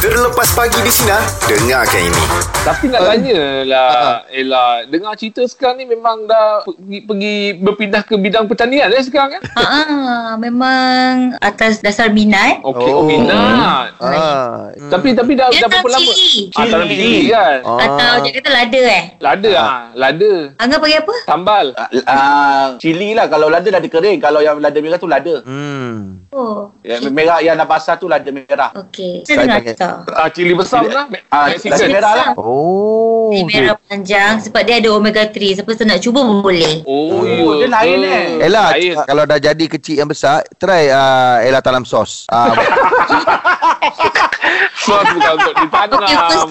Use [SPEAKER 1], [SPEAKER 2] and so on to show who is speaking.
[SPEAKER 1] Terlepas pagi di sini Dengarkan ini
[SPEAKER 2] Tapi nak tanya lah Ella Dengar cerita sekarang ni memang dah pergi, pergi berpindah ke bidang pertanian eh sekarang kan?
[SPEAKER 3] Ha ah, memang atas dasar minat.
[SPEAKER 2] Okey, oh,
[SPEAKER 4] Oh.
[SPEAKER 2] minat.
[SPEAKER 4] Ah. Hmm.
[SPEAKER 2] Tapi tapi dah,
[SPEAKER 3] Dia
[SPEAKER 2] dah berapa
[SPEAKER 3] tahu
[SPEAKER 2] lama?
[SPEAKER 3] cili. Oh.
[SPEAKER 2] Ah, tanam cili kan?
[SPEAKER 4] Ah.
[SPEAKER 3] Atau dia kata lada eh.
[SPEAKER 2] Lada ah, lada.
[SPEAKER 3] Angga panggil apa?
[SPEAKER 2] Sambal.
[SPEAKER 5] Ah, ah, cili lah kalau lada lada kering kalau yang lada merah tu lada
[SPEAKER 4] Hmm.
[SPEAKER 3] Oh.
[SPEAKER 2] Ya,
[SPEAKER 5] yang merah yang nak basah tu lada merah
[SPEAKER 3] Okey. Saya
[SPEAKER 4] Saya
[SPEAKER 3] dengar
[SPEAKER 4] panggil.
[SPEAKER 3] tak.
[SPEAKER 2] Ah, cili besar lah.
[SPEAKER 5] ah,
[SPEAKER 2] Mexican.
[SPEAKER 5] lada merah lah
[SPEAKER 4] Oh.
[SPEAKER 3] Ni merah panjang sebab dia ada omega 3. Siapa nak cuba boleh.
[SPEAKER 2] Oh,
[SPEAKER 5] Oh,
[SPEAKER 2] ya
[SPEAKER 5] dia lain,
[SPEAKER 2] ke?
[SPEAKER 5] eh.
[SPEAKER 4] Ella,
[SPEAKER 2] Lain.
[SPEAKER 4] c- kalau dah jadi kecil yang besar, try uh, Ella tanam sos. Ah,
[SPEAKER 2] Sos bukan untuk
[SPEAKER 3] Okey,
[SPEAKER 2] ditanam.
[SPEAKER 3] first